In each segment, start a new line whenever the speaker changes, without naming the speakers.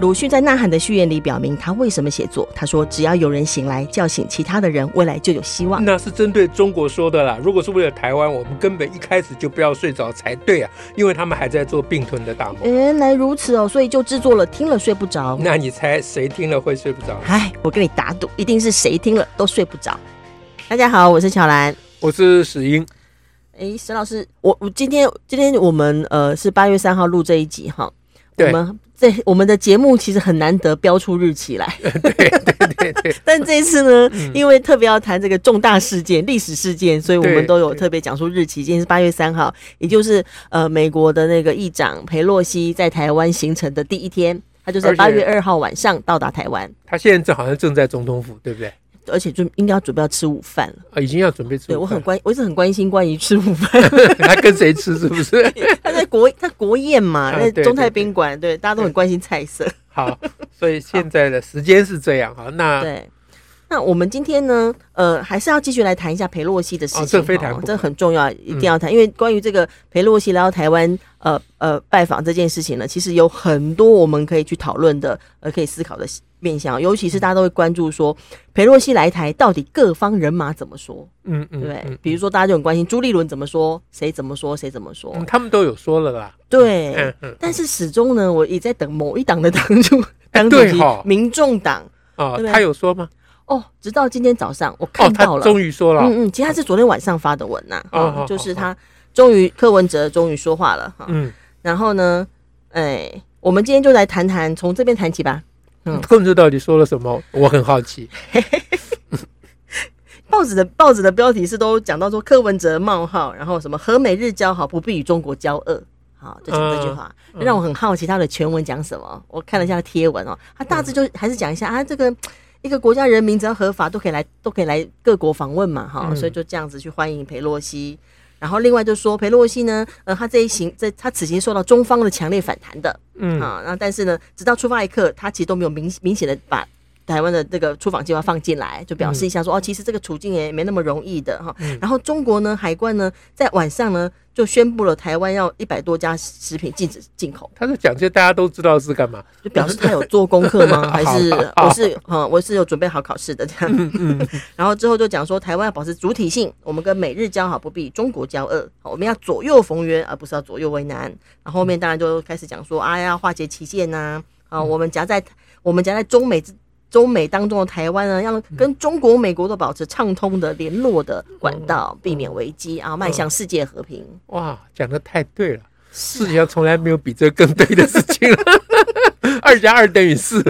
鲁迅在《呐喊》的序言里表明他为什么写作。他说：“只要有人醒来，叫醒其他的人，未来就有希望。”
那是针对中国说的啦。如果是为了台湾，我们根本一开始就不要睡着才对啊，因为他们还在做并吞的大梦。
原来如此哦，所以就制作了《听了睡不着》。
那你猜谁听了会睡不着？
哎，我跟你打赌，一定是谁听了都睡不着。大家好，我是小兰。
我是史英，
哎，沈老师，我我今天今天我们呃是八月三号录这一集哈，我
对
们这我们的节目其实很难得标出日期来，
呃对对， 嗯
但这一次呢，因为特别要谈这个重大事件、历史事件，所以我
对
们都有
对
特别讲述日期。今天是八月三号，也就是呃美国的那个议长佩洛西在台湾行程的第一天，他就在
而且
八月二号晚上到达台湾，
他现在正好像正在总统府，对不对？
而且就应该要准备要吃午饭了。
啊，已经要准备吃
对
午
我很
饭了。
关，我一直很关心关于吃午饭。
他跟谁吃是不是？
他在国他国宴嘛，
啊
在
对
中
对
泰
对
宾馆，对大家都很关心菜色。
好，所以现在的时间是这样哈。那
对，那我们今天呢，呃，还是要继续来谈一下裴洛西的事情
哦
哈，
这非嗯谈不可
这很重要，一定要谈，因为关于这个裴洛西来到台湾，呃呃，拜访这件事情呢，其实有很多我们可以去讨论的，呃，可以思考的面向，尤其是大家都会关注说，裴洛西来台到底各方人马怎么说，
嗯
对
嗯，
不对？
嗯
比如说大家就很关心朱立伦怎么说，谁怎么说，谁怎么说，
嗯，他们都有说了啦。
对，
嗯嗯，
但是始终呢，我也在等某一党的党主党主
哎对
席
哈，
民众党
哦
对不，对
他有说吗？
哦，直到今天早上我
哦
看，
他
到了，
终于说了。
嗯嗯，其实他是昨天晚上发的文呐、
哦
啊
好
就是
好
他终于柯文哲终于说话了哈、
嗯，
然后呢，哎，我们今天就来谈谈，从这边谈起吧。嗯
控制到底说了什么？我很好奇。
报纸的报纸的标题是都讲到说柯文哲冒号，然后什么和美日交好，不必与中国交恶。好，就讲这句话，
嗯嗯
让我很好奇他的全文讲什么。我看了一下贴文哦，他大致就还是讲一
嗯
下、啊，这个一个国家人民只要合法都可以来，都可以来各国访问嘛，哈、
嗯
所以就这样子去欢迎裴洛西。然后另外就说裴洛西呢，呃，他这一行这他此行受到中方的强烈反弹的，
嗯，
啊，那但是呢，直到出发一刻，他其实都没有明明显的把台湾的这个出访计划放进来，就表示一下说、哦，其实这个处境也没那么容易的哈。
嗯
然后中国呢，海关呢，在晚上呢就宣布了台湾要一百多家食品禁止进口，
他在讲这些大家都知道的事干嘛？
就表示他有做功课吗？还是
好好
我是嗯，我是有准备好考试的这样。 然后之后就讲说，台湾要保持主体性，我们跟美日交好，不必与中国交恶。好，我们要左右逢源，而不是要左右为难。然后后面当然就开始讲说，啊，要化解歧见呐、啊，我们夹在我们夹在中美之。中美当中的台湾呢，要跟中国、美国都保持畅通的联络的管道，避免危机啊，迈向世界和平。
哇，讲的太对了，
是
世界上从来没有比这更对的事情了。 二加二等于四，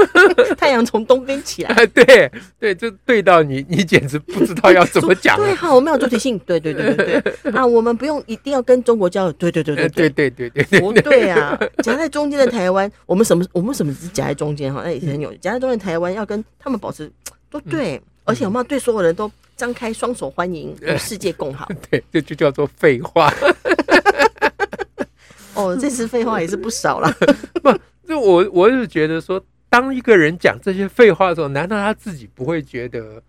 太阳从东边起来，
啊对对，就对到你，你简直不知道要怎么讲啊
对
了。
哈，我们有主体 性，对对对对对啊，我们不用一定要跟中国交流，对对对
呃
对
对
对。
对对 对对，
不对啊，夹在中间的台湾，我们什么我们什么是夹在中间哈？那也是很有夹在中间的台湾要跟他们保持都
嗯
对，而且我们要对所有人都张开双手欢 迎，与世界共好。
对，这就叫做废话。
哦，这次废话也是不少啦。
就我我是觉得说，当一个人讲这些废话的时候，难道他自己不会觉得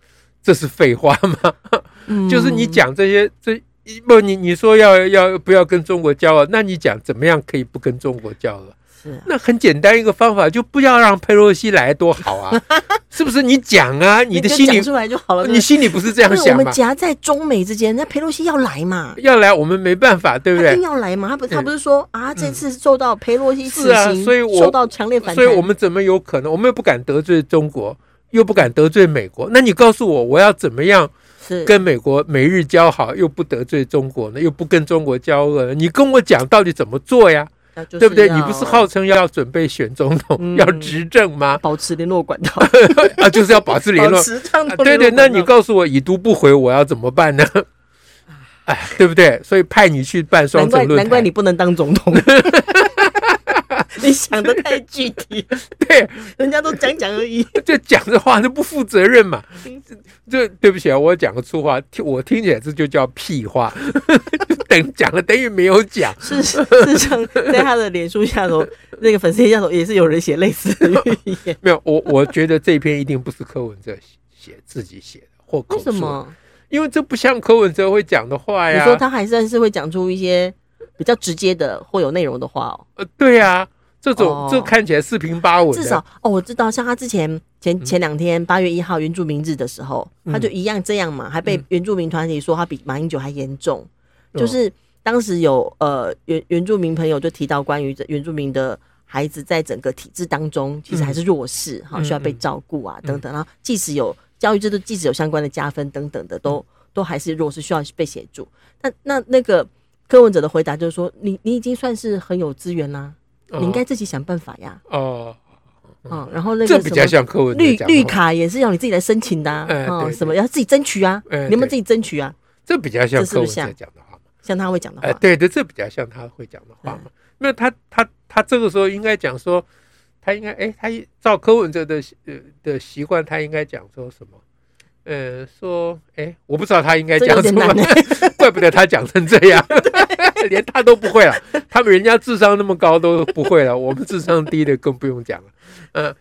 这是废话吗？
嗯
就是你讲这些这。一不，你你说要要不要跟中国交恶？那你讲怎么样可以不跟中国交恶？
是啊，
那很简单一个方法，就不要让佩洛西来，多好 啊！是不是？你讲啊，你的
就
心里
讲，出来就好了。
你心里不是这样
因为我
想
们
吗？
夹在中美之间，那裴洛西要来嘛，
要来我们没办法，对不
他一
对
定？要来嘛。他不他
嗯
不是说啊，这次受到裴洛西
是
此
啊
行
所以我
受到强烈反弹，
所以我们怎么有可能？我们又不敢得罪中国，又不敢得罪美国。那你告诉我，我要怎么样
是
跟美国美日交好，又不得罪中国呢？又不跟中国交恶呢？你跟我讲到底怎么做呀？
那就是
对不对？
要
你不是号称要准备选总统、
嗯
要执政吗？
保持联络管道，
啊，就是要保持 联络
保。持畅
啊
通
对
联络
对，
管
那你
道
告诉我已读不回，我要怎么 办呢？哎，对不对？所以派你去办双
难怪
城论坛，
难怪你不能当总 统， 你想的太具体，
对
人家都讲讲而已。
这讲的话都不负责 任嘛。这对不起啊，我讲个粗话，听我听起来这就叫屁话， 等讲了等于没有讲。
事实事实上，在他的脸书下头， 那个粉丝页下头也是有人写类似的预言。
没有，我我觉得这篇一定不是柯文哲写写自己写的或口
为
述
什
的，
么？
因为这不像柯文哲会讲的话
你
哎呀。
说他还算是会讲出一些比较直接的或有内容的话哦。
呃，对呀、这种、
哦
这看起来四平八稳的，
至少哦，我知道，像他之前前前两天八月一号原住民日的时候，
嗯
他就一样这样嘛，还被
嗯
原住民团体说他比马英九还严重，
嗯
就是当时有呃原原住民朋友就提到关于这原住民的。孩子在整个体制当中，其实还是弱势哈、
嗯
需要被照顾啊，等等。然后即使有教育制度，即使有相关的加分等等的，
嗯
都都还是弱势，需要被协助。那那那个柯文哲的回答就是说，你你已经算是很有资源啦，你应该自己想办法呀。
嗯哦，
啊、然后那个
这比
什
较
么
像柯文哲
绿
讲话
绿，卡也是要你自己来申请的啊，
哎
哦
对
什么
对
要自己争取啊，
哎
你有没有
对
自己争取啊？
这比较像
这是
柯
不
文
是
哲
像
讲的话嘛，
像他会讲的话，嗯
哎，对对，这比较像他会讲的话嘛。那他他他这个时候应该讲说，他应该哎，他一照柯文哲的习呃的习惯，他应该讲说什么？呃，说哎，我不知道他应该
这
讲
有
什
点
么
难，呢、
怪不得他讲成这样， 连他都不会了。他们人家智商那么高都不 会了，我们智商低的更不用讲了。嗯、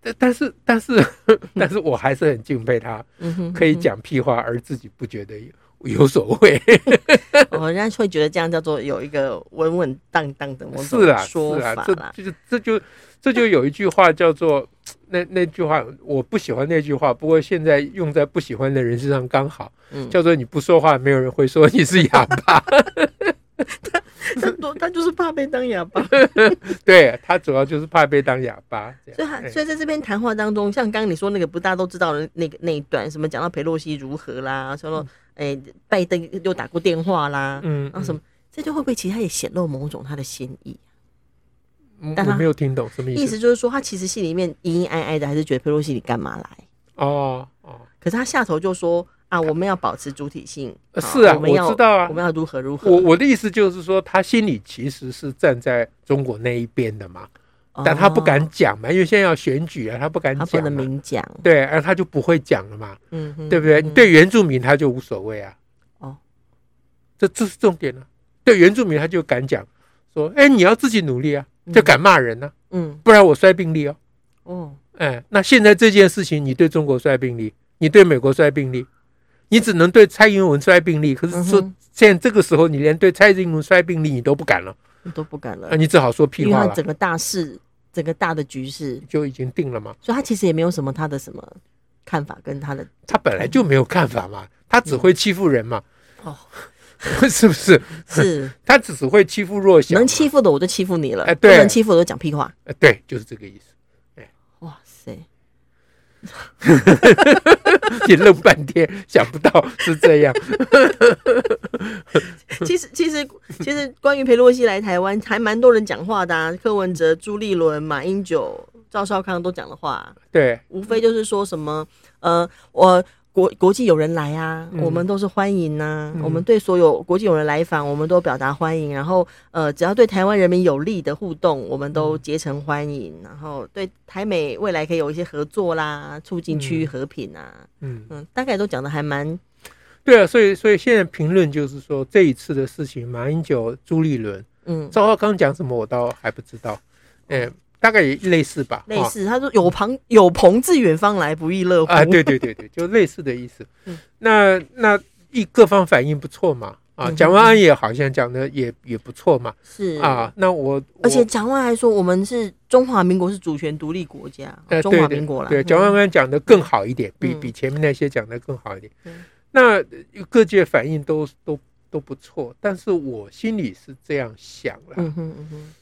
但但是但是 但是我还是很敬佩他，
嗯哼
可以，讲屁话而自己不觉得有所谓。
嗯哼哦，人家会觉得这样叫做有一个稳稳当当的某种
是啦，
说
是啊
法
啦，这这就这就这就有一句话叫做那那句话，我不喜欢那句话，不过现在用在不喜欢的人身上刚好，
嗯，
叫做你不说话，没有人会说你是哑巴。
他多他就是怕被当哑巴，
对他主要就是怕被当哑巴。这样
所以他
哎
所以在这边谈话当中，像刚刚你说那个，不大家都知道的那个那一段，什么讲到佩洛西如何啦，说到哎、拜登又打过电话啦，
嗯
然哦后什么，这就会不会其实他也显露某种他的心意？
嗯
但
我
他
没有听懂什么
意
意思
思就是说，他其实心里面隐隐哀哀的，还是觉得佩洛西你干嘛来？
哦哦，
可是他下头就说啊，我们要保持主体性。
呃是啊，
哦我们要
我知道啊
我。们要如何如何。
我我的意思就是说，他心里其实是站在中国那一边的嘛，
哦
但他不敢，讲嘛，因为现在要选举啊，他不敢
他不
讲
能
嘛。
明讲，
对，而他就不会讲了嘛，
嗯哼，
对不对？
嗯，
你对原住民他就无所谓啊。
哦，
这这是重点啊。对原住民他就敢讲说，哎，你要自己努力啊，就敢骂人啊，
嗯，
不然我摔病例哦。
哦，
哎，那现在这件事情，你对中国摔病例，你对美国摔病例，你只能对蔡英文摔病例。可是说、
嗯
现在这个时候，你连对蔡英文摔病例你都不敢了，
哼都不敢了
啊，，你只好说
呃因
屁
为
话
他
了，
整个大事，整个大的局势，
就已经定了嘛。
所以他其实也没有什么他的什么看法跟他的
他本来就没有看法嘛，他只会欺负人嘛，
哦，
是不 是？
是
他只是会欺负弱小嘛，
能欺负的我就欺负你了，
哎
不
对
能欺负的我就讲屁话，
哎对，就是这个意思。
哇塞，
你愣半天， 想不到是这样。
其实，其实，其实，关于佩洛西来台湾，还蛮多人讲话的、啊，柯文哲、朱立伦、马英九、赵少康都讲了话，
对，
无非就是说什么，呃，我国国际友人来啊，
嗯
我们都是欢迎呐、
嗯
我们对所有国际友人来访，我们都表达欢迎。然后，呃，只要对台湾人民有利的互动，我们
嗯
都竭诚欢迎。然后，对台美未来可以有一些合作啦，促进区域
嗯
和平啊，
嗯，
嗯，大概都讲的还蛮，
对啊，所以所以现在评论就是说这一次的事情，马英九、朱立伦、
嗯，
赵浩刚讲什么，我倒还不知道，哎、大概也类似吧，
类似。他说有朋有朋自远方来，不亦乐乎。
啊啊，对对对对， 就类似的意思。
嗯
那那一各方反应不错嘛，啊，
嗯
蒋万安也好像讲的也也不错嘛，
是
啊，，那我
而且
我
蒋万还说我们是中华民国是主权独立国家，
呃
中华
对
民国啦。
对，
嗯
蒋万安讲的更好一点，比
嗯
比前面那些讲的更好一点
嗯。
那呃各界反应都都都不错，但是我心里是这样想了，
嗯哼嗯哼，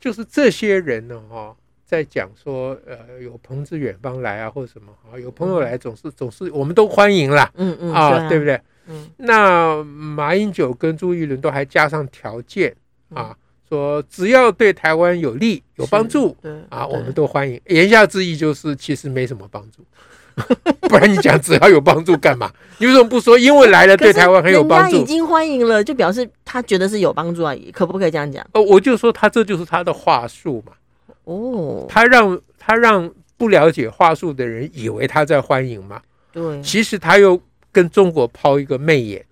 就是这些人呢，哈、在讲说，呃，有朋自远方来啊，或者什么啊，有朋友来总是总是我们都欢迎啦，
嗯嗯
啊，对不
对啊？
对？
嗯
那马英九跟朱一伦都还加上条件啊
嗯，
说只要对台湾有利、有帮助
对
啊，
对
我们都欢迎。言下之意就是其实没什么帮助， 不然你讲只要有帮助干嘛？你为什么不说因为来了
可是
对台湾很有帮
人家已
助？
经欢迎了，就表示他觉得是有帮助啊，可不可以这样讲？
呃，我就说他这就是他的话术嘛，
哦，
他让他让不了解话术的人以为他在欢迎嘛，
对
其实他又跟中国抛一个媚眼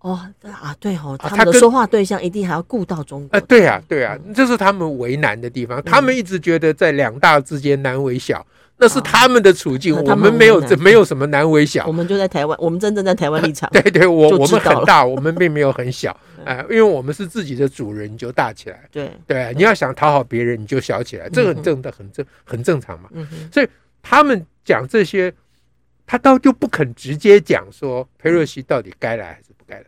哦啊，对哦，他
啊他
们的
跟
说话对象一定还要顾到中国
啊，
的。
对啊，对啊，这是他们为难的地方，他
嗯
们一直觉得在两大之间难为小，那是他们的处境，
哦那
我
他们
们没有
很为难
没有什么难为小。
我。们就在台湾，我们真正在台湾立场
啊对对，我
就
我
知
们
道
很
了嗯
大，我们并没有很小，哎、因为我们是自己的主人，你就大起来。
对，
对，你要想讨好别人，你就小起来，这个很正的，很正，很正常嘛。
嗯哼，
他们讲这些，他到就不肯直接讲说佩洛西到底该来还是不该来。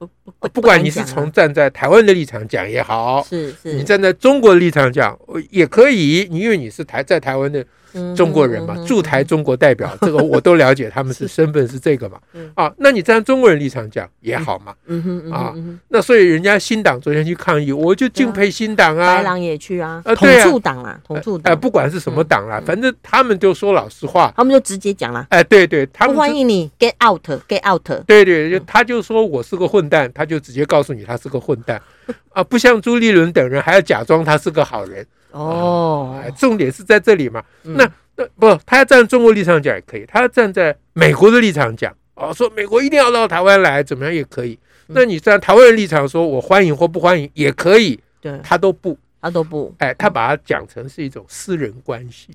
不不
不管你是
敢讲啊
从站在台湾的立场讲也好，
啊是是
你站在中国的立场讲呃也可以，你因为你是台在台湾的中国
嗯
人嘛，驻台中国代表，这个我都了解，他们是身份是这个嘛
嗯，
啊，那你站在中国人立场讲也好嘛，
嗯哼
啊
啊，嗯哼
那所以人家新党昨天去抗议，我就敬佩新党
白
啊，
狼也去啊，
呃
同
对啊
促党啦，同促
呃，
党，
不管是什么党啦
嗯，嗯
反正他们就说老实话，
他们就直接讲啦，
哎，对对，他
不
们
欢
是
迎嗯你，get out，get out，
对对，就他就说我是个混蛋，他就直接告诉你他是个混 蛋，啊，不像朱立伦等人还要假装他是个好人。
哦
哎，，重点是在这里嘛。
嗯
那那不，他要站中国立场讲也可以，他要站在美国的立场讲，哦，说美国一定要到台湾来，怎么样也可以。
嗯
那你站台湾人立场说，我欢迎或不欢迎也可以，
对
他都不，
他都不
哎，他把它讲成是一种私人关系，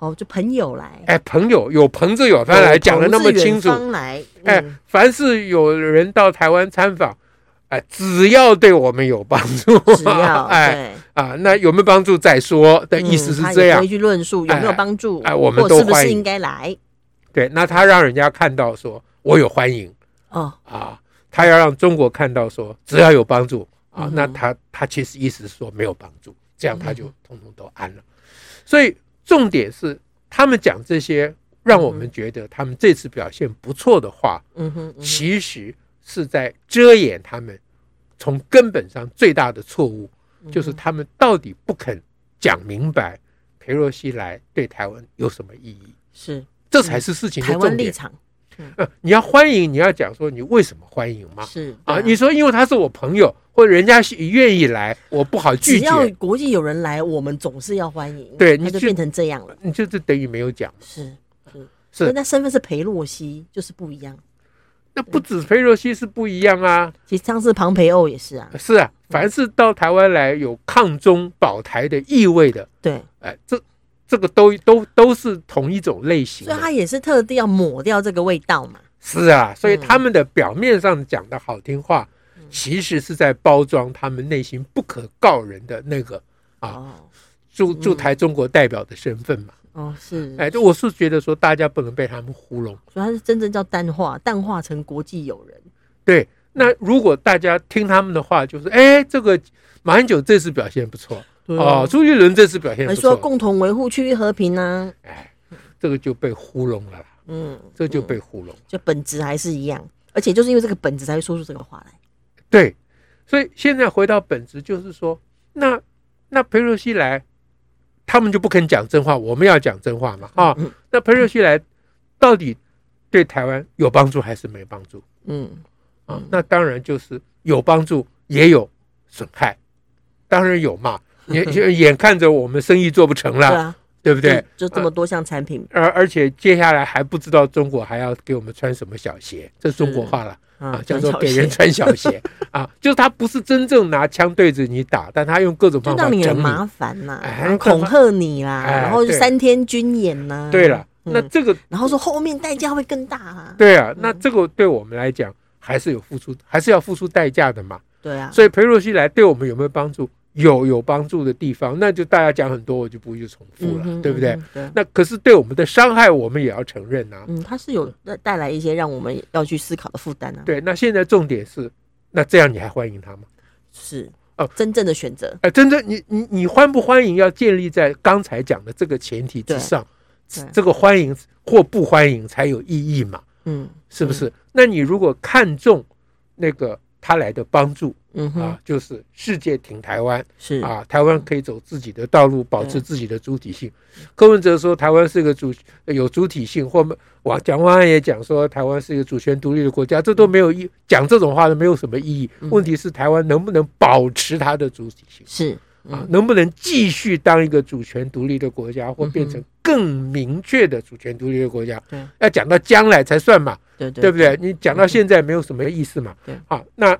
哦，就朋友来，
哎，朋友有朋自有番来讲的那么清楚
哦有朋自远，方来，
哎
嗯，
凡是有人到台湾参访，哎，只要对我们有帮助，
只要
哎
对
啊，那有没有帮助再说的
嗯
意思是
他
这
也
样
可以。去论述有没有
哎
帮助，
哎我们
或
都
是不
欢
是
迎
应该来
对，那他让人家看到说我有欢迎
哦，
啊，他要让中国看到说只要有帮助
嗯
啊，
哼
那他他其实意思是说没有帮助，这样他就
嗯
通通都安了。所以重点是他们讲这些，让我们觉得他们这次表现不错的话，
嗯哼，嗯哼
其实是在遮掩他们从根本上最大的错误，
嗯
就是他们到底不肯讲明白裴洛西来对台湾有什么意义，
是
这才是事情的
台
重
湾
点
立。场
呃， 你要欢迎，你要讲说你为什么欢迎嘛？
是
啊，
对
你说因为他是我朋友，或者人家是愿意来，我不好拒
只
绝，
要国际有人来，我们总是要欢迎，
对
他
你
就
去
变成这样了，
你就这等于没有讲。
是。是，
是
所以他身份是裴洛西，就是不一样。嗯
那不止裴若曦是不一样啊，
其实上次庞培欧也是啊，
是啊，凡是到台湾来有抗中保台的意味的，
对，
哎，这这个都都都是同一种类型
所以
的。
他也是特地要抹掉这个味道嘛。
是啊，所以
嗯
他们的表面上讲的好听话，其实是在包装他们内心不可告人的那个啊
哦，
驻驻台中国代表的身份嘛。
哦，是，
哎，就我是觉得说，大家不能被他们糊弄。
所以他是真正叫淡化，淡化成国际友人。
对，那如果大家听他们的话，就是哎，这个马英九这次表现不错
对啊
哦，朱立伦这次表现
还
不
说
错，
共同维护区域和平呢、
哎，这个就被糊弄了啦，
嗯，
这就被糊弄。
就本质还是一样，而且就是因为这个本质才会说出这个话来。
对，所以现在回到本质，就是说，那那裴若曦来，他们就不肯讲真话，我们要讲真话嘛啊
嗯。
那裴若曦来到底对台湾有帮助还是没帮助？
嗯，
啊
嗯，
那当然就是有帮助，也有损害，当然有嘛。眼 眼看着我们生意做不成
对
了，
啊，
对不对？
就就这么多项产品，
而而且接下来还不知道中国还要给我们穿什么小鞋，这是中国话了
啊
啊，叫做给
别
人穿小鞋 啊，就是他不是真正拿枪对着你打，但他用各种
就
方法
让你很啊
整你。
麻烦呐、
哎
然后恐吓你啦，
哎
然后
对
三天军演呐、
对了，
嗯
那这个
然后说后面代价会更大啦，
对啊，那这个对我们来讲还是有付出，还是要付出代价的嘛。
对啊，
所以裴若曦来对我们有没有帮助？有有帮助的地方，那就大家讲很多，我就不去重复了，
嗯哼
啊对不对？？
嗯哼对。
那可是对我们的伤害，我们也要承认呐、啊
嗯，它是有带带来一些让我们要去思考的负担啊。，
对，那现在重点是，那这样你还欢迎他吗？
是
哦
真正的选择。
哎、真正你你你欢不欢迎，要建立在刚才讲的这个前提之上，
对对
这个欢迎或不欢迎才有意义嘛，
嗯
是不是？那你如果看重那个他来的帮助
嗯
啊，
哼，
就是世界挺台湾，
是
啊，台湾可以走自己的道路，保持
嗯对
自己的主体性。柯文哲说台湾是个主有主体性，或我蒋万安也讲说台湾是一个主权独立的国家，这都没有意，讲这种话都没有什么意义。
嗯
问题是台湾能不能保持它的主体性
是
啊
嗯，
能不能继续当一个主权独立的国家，
嗯
或
哼
变成更明确的主权独立的国家？
对，
要讲到将来才算嘛。
对嗯
对不对？？你讲到现在没有什么意思嘛。啊
对
好，那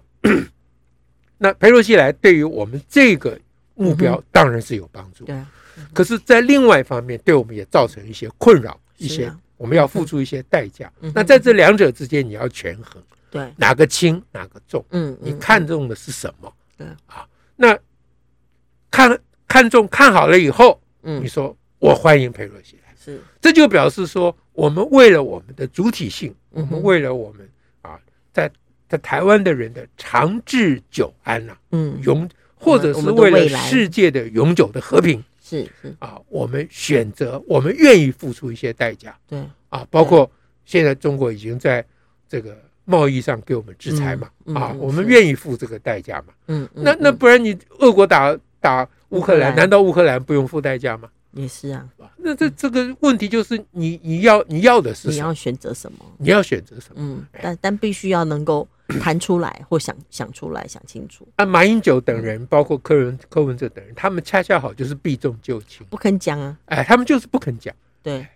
那裴洛西来对于我们这个目标当然是有帮助，
嗯对啊，
可是，在另外一方面，对我们也造成一些困扰，一
是
些
啊
我们要付出一些代价
嗯哼。
那在这两者之间，你要权衡
对，
哪个轻哪个重，
嗯，
你
嗯
看中的是什么？
对
啊，那看看中看好了以后，
嗯
你说我欢迎裴洛西来，
是，
这就表示说，我们为了我们的主体性，我
嗯
们
哼
为了我们啊，在在台湾的人的长治久安呐、
嗯，
永或者
我
是
们的
为了
未来
世界的永久的和平
是是，
啊，我们选择，我们愿意付出一些代价
对，
啊，包
嗯
括现在中国已经在这个贸易上给我们制裁嘛，
嗯嗯
啊，
嗯
我们
是
愿意付这个代价嘛，
嗯，嗯
那那
嗯
不然你俄国打打
乌
乌克
克
兰，
兰
难道乌克兰不用付代价吗？
也是啊，
那这这个问题就是你你要你要的是
你
什么？
要选择什么？
你要选择什么？
嗯，
哎
但但必须要能 够谈出来或想想出来、想清楚，
啊，马英九等
嗯
人，包括柯文柯文哲等人，他们恰恰好就是避重就轻，
不肯讲啊，
哎，他们就是不肯讲。
对，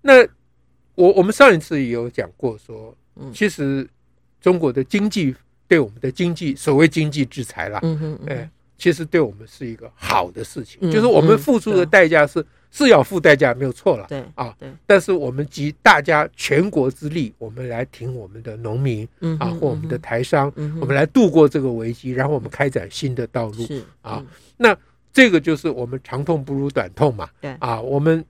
那我我们上一次也有讲过说，
嗯
其实中国的经济对我们的经济所谓经济制裁啦，
嗯哼，嗯
哎
哼，
其实对我们是一个好的事情，
嗯
就是我们
嗯
付出
对
的
啊
代价是、是要付代价，没有错了。
对，
啊
对，
但是我们集大家全国之力，我们来挺我们的农民
嗯
啊，
哼
或我们的，台商，
嗯哼
我们来度过这个危机，然后我们开展新的道路。
是
啊，
嗯
这个就是我们长痛不如短痛嘛。
对
啊，我们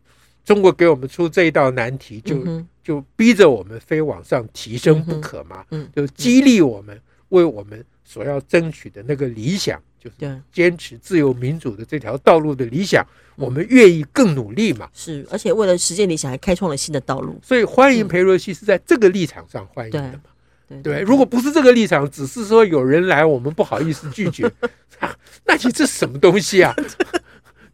中国给我们出这一道难题，就、
嗯哼
就逼着我们非往上提升不可嘛。
嗯
就激励我们为我们所要争取的那个理想，就是
对。
坚持自由民主的这条道路的理想，
嗯
我们愿意更努力嘛。
是，而且为了实现理想，还开创了新的道路。
所以欢迎裴若曦是在这个立场上欢迎的嘛。
嗯对
对，如果不是这个立场，只是说有人来，我们不好意思拒绝， 啊那你这什么东西啊？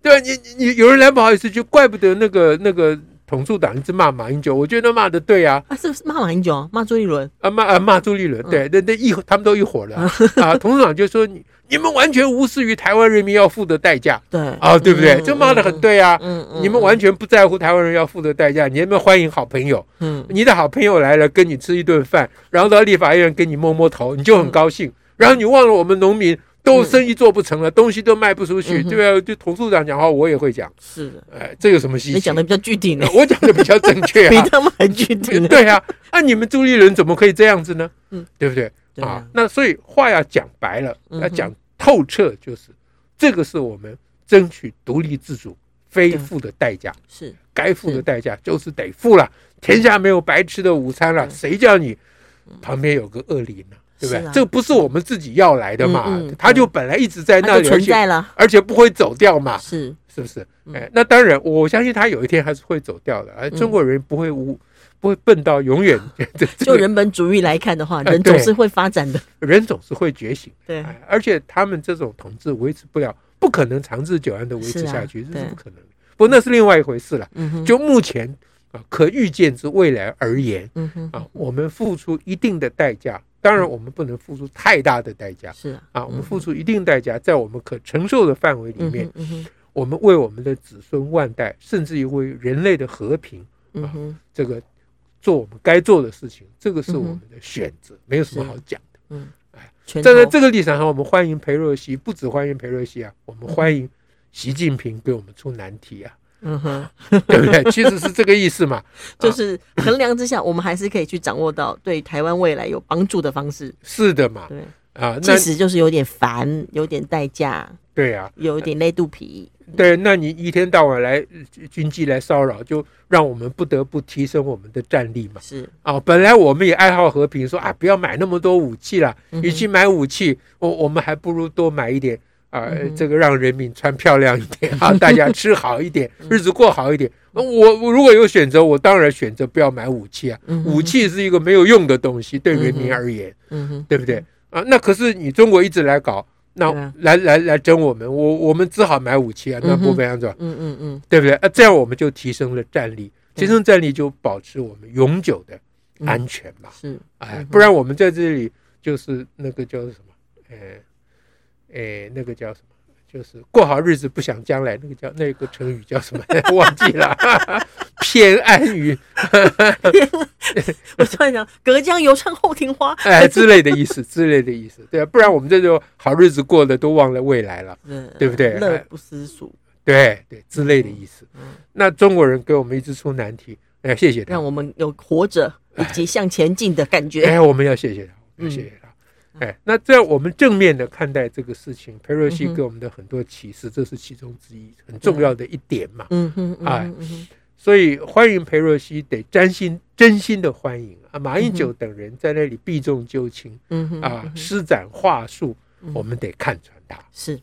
对吧？你你你有人来不好意思，就怪不得那个那个统促党一直骂马英九，我觉得骂的对啊，
啊，是不是骂马英九啊，骂朱一伦，
啊骂啊骂朱立
嗯
伦，对，那那一他们都一伙的 啊。统促党就说你你们完全无视于台湾人民要付的代价
对
啊，对不对？这骂的很，对啊。
嗯嗯
你们完全不在乎台湾人要付的代价，你们欢迎好朋友，
嗯
你的好朋友来了，跟你吃一顿饭，然后到立法院跟你摸摸头，你就很高兴。然后你忘了我们农民都
嗯
生意做不成了，东西都卖不出去，
嗯哼
对不对？就投诉长讲话，我也会讲，
是的，
哎，这有什么稀奇？
你讲的比较具体 呢
呃，我讲的比较正 确
比
啊，
他们还具体呢。
对啊。那、你们朱立伦怎么可以这样子呢？
嗯，
对不对？
对啊，
那所以话要讲白了，
嗯哼
要讲透彻，就是这个是我们争取独立自主非付的代价。
是
该付
是
的代价就是得付了。天下没有白吃的午餐了，
对
谁叫你旁边有个恶邻呢？对
嗯
不
是
对
啊？
这不是我们自己要来的嘛
嗯嗯，
他就本来一直啊在哎那
它
里，
就啊
而
存
且
在了，
而且不会走掉嘛，
是
是不是？
嗯
哎，那当然，我相信他有一天还是会走掉的。而
嗯
中国人不会无不会笨到永 远，这这
就
个
人本主义来看的话，
哎
人总
对
是会发展的。
人总是会觉醒。
对，
哎，而且他们这种统治维持不了，不可能长治久安的维持
是啊
下去，这
对
是不可能的。不过那是另外一回事了。
嗯哼，
就目前啊可预见之未来而言
嗯哼，
啊，我们付出一定的代价，当然我们不能付出太大的代价
是啊，
啊，我们付出一定代价，在我们可承受的范围里
嗯
面
哼，，嗯哼，
我们为我们的子孙万代，甚至于为人类的和平，
嗯哼，
这个做我们该做的事情，这个是
嗯哼
我们的选择，没有什么好讲的。
全
站在
头
这个立场上，我们欢迎裴若曦，不只欢迎裴若曦啊，我们欢迎习近平给我们出难题啊，
嗯哼，
对不对？其实是这个意思嘛。
就是衡量之下，我们还是可以去掌握到对台湾未来有帮助的方式。
是的嘛，
对，
啊，那
即使就是有点烦，有点代价，
对啊，
有点累肚皮。
对，啊那你一天到晚来呃军机来骚扰，就让我们不得不提升我们的战力嘛。
是，
啊，本来我们也爱好和平，说啊，不要买那么多武器啦，
嗯
与其买武器，我我们还不如多买一点啊、呃
嗯哼
这个让人民穿漂亮一点 啊，大家吃好一点，
嗯
日子过好一点。嗯我我如果有选择，我当然选择不要买武器啊，
嗯哼
武，器是一个没有用的东西，对人
嗯
民
哼
而言。
嗯哼，
对不对？啊，那可是你中国一直来搞，那
对啊
来来来整我们，我我们只好买武器啊，那
嗯哼
不这样子吧，
嗯嗯嗯，
对不对？啊，这样我们就提升了战力，
对
提升战力就保持我们永久的
嗯
安全嘛。
是，嗯
哎，
哼
不然我们在这里就是那个叫什么，呃，哎，那个叫什么？ 就是过好日子不想将来，那个叫那个成语叫什么？忘记了， 谢安于
我突然想，隔江犹唱后庭花，
哎之类的意思之类的意思，对啊，不然我们这就好日子过得都忘了未来了，对不对哎
乐不思蜀，
对对之类的意思。
嗯
那中国人给我们一直出难题，哎，谢谢他
让，我们有活着以及向前进的感觉。
哎，我们要谢谢他，我
嗯
们要谢谢他。哎，那这样我们正面的看待这个事情，裴若
嗯
曦
哼
给我们的很多启示，这是其中之一，很重要的一点嘛。
嗯哼，嗯哼
哎
嗯哼
所以欢迎裴若曦，得真心真心的欢迎啊！马英九等人在那里避重就轻、
嗯哼
啊
嗯，哼
施展话术，
嗯
我们得看穿他。
是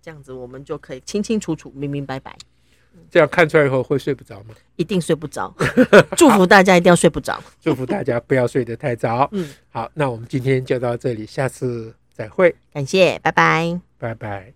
这样子，我们就可以清清楚楚、明明白白，
这样看穿以后会睡不着吗？
一定睡不着。 祝福大家一定要睡不着。
祝福大家不要睡得太早。
嗯，
好，那我们今天就到这里，下次再会，
感谢，拜拜。
拜拜。